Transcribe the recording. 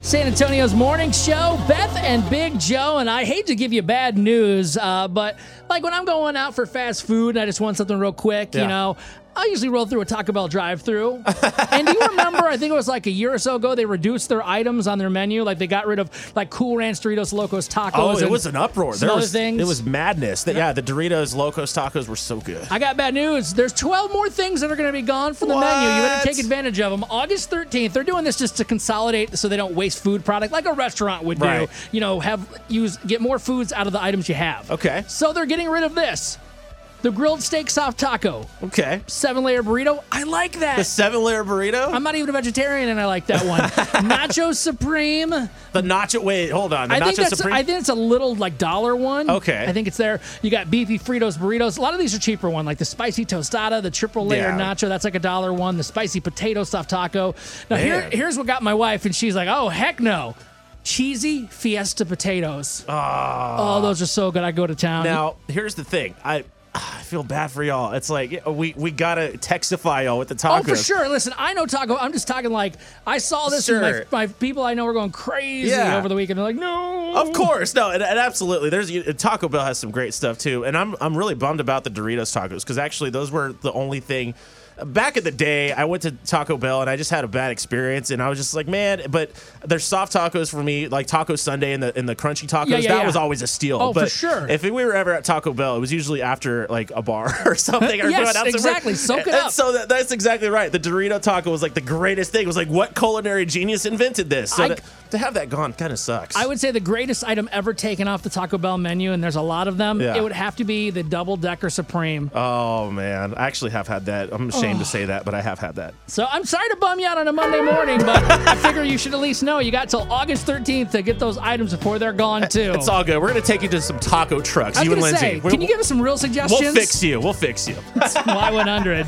San Antonio's morning show, Beth and Big Joe. And I hate to give you bad news, uh, but like when I'm going out for fast food and I just want something real quick, you Yeah. know, I usually roll through a Taco Bell drive through. and do you remember, I think it was like a year or so ago, they reduced their items on their menu. Like they got rid of like Cool Ranch Doritos Locos Tacos. Oh, it and was an uproar. some There other was, things. It was madness. That yeah, the Doritos Locos Tacos were so good. I got bad news. There's 12 more things that are going to be gone from the menu. You better What? take advantage of them. August 13th, they're doing this just to consolidate so they don't waste food product like a restaurant would Right. do. You know, have use get more foods out of the items you have. Okay. So they're getting rid of this. The grilled steak soft taco, Okay. seven layer burrito. I like that. The seven layer burrito. I'm not even a vegetarian and I like that one. Nacho Supreme. the nacho. Wait, hold on. The I nacho think that's supreme. I think it's a little like dollar one. Okay. I think it's there. You got beefy Fritos burritos. A lot of these are cheaper one, like the spicy tostada, the triple layer Yeah. nacho. That's like a dollar one. The spicy potato stuffed taco. Now here, Man. here's what got my wife, and she's like, "Oh heck no." Cheesy fiesta potatoes. Oh, those are so good. I go to town. Ah. now here's the thing. I. ah, I feel bad for y'all. It's like we we gotta textify y'all with the tacos. Oh, for sure. Listen, I know taco. I'm just talking like I saw this, Sure. and my, my people I know are going crazy Yeah. over the weekend. They're like, "No." Of course, no, and, and absolutely. There's you- Taco Bell has some great stuff too, and I'm I'm really bummed about the Doritos tacos because actually those were the only thing. Back in the day, I went to Taco Bell and I just had a bad experience, and I was just like, man. But there's soft tacos for me, like Taco Sunday and the and the crunchy tacos. Yeah, yeah, that yeah. was always a steal. Oh, for but sure. If we were ever at Taco Bell, it was usually after like a bar or something. Or Yes, going out somewhere. exactly. Soak it And up. So that, that's exactly right. The Dorito taco was like the greatest thing. It was like, what culinary genius invented this? So I- to, to have that gone kind of sucks. I would say the greatest item ever taken off the Taco Bell menu, and there's a lot of them. Yeah. It would have to be the double decker supreme. Oh man, I actually have had that. I'm ashamed to Oh. say that, but I have had that. so I'm sorry to bum you out on a Monday morning, but I figure you should at least know you got till August 13th to get those items before they're gone too. It's all good. We're gonna take you to some taco trucks. I was You and gonna say, Lindsay. We- can you give us some real suggestions? We'll fix you. We'll fix you. Y100.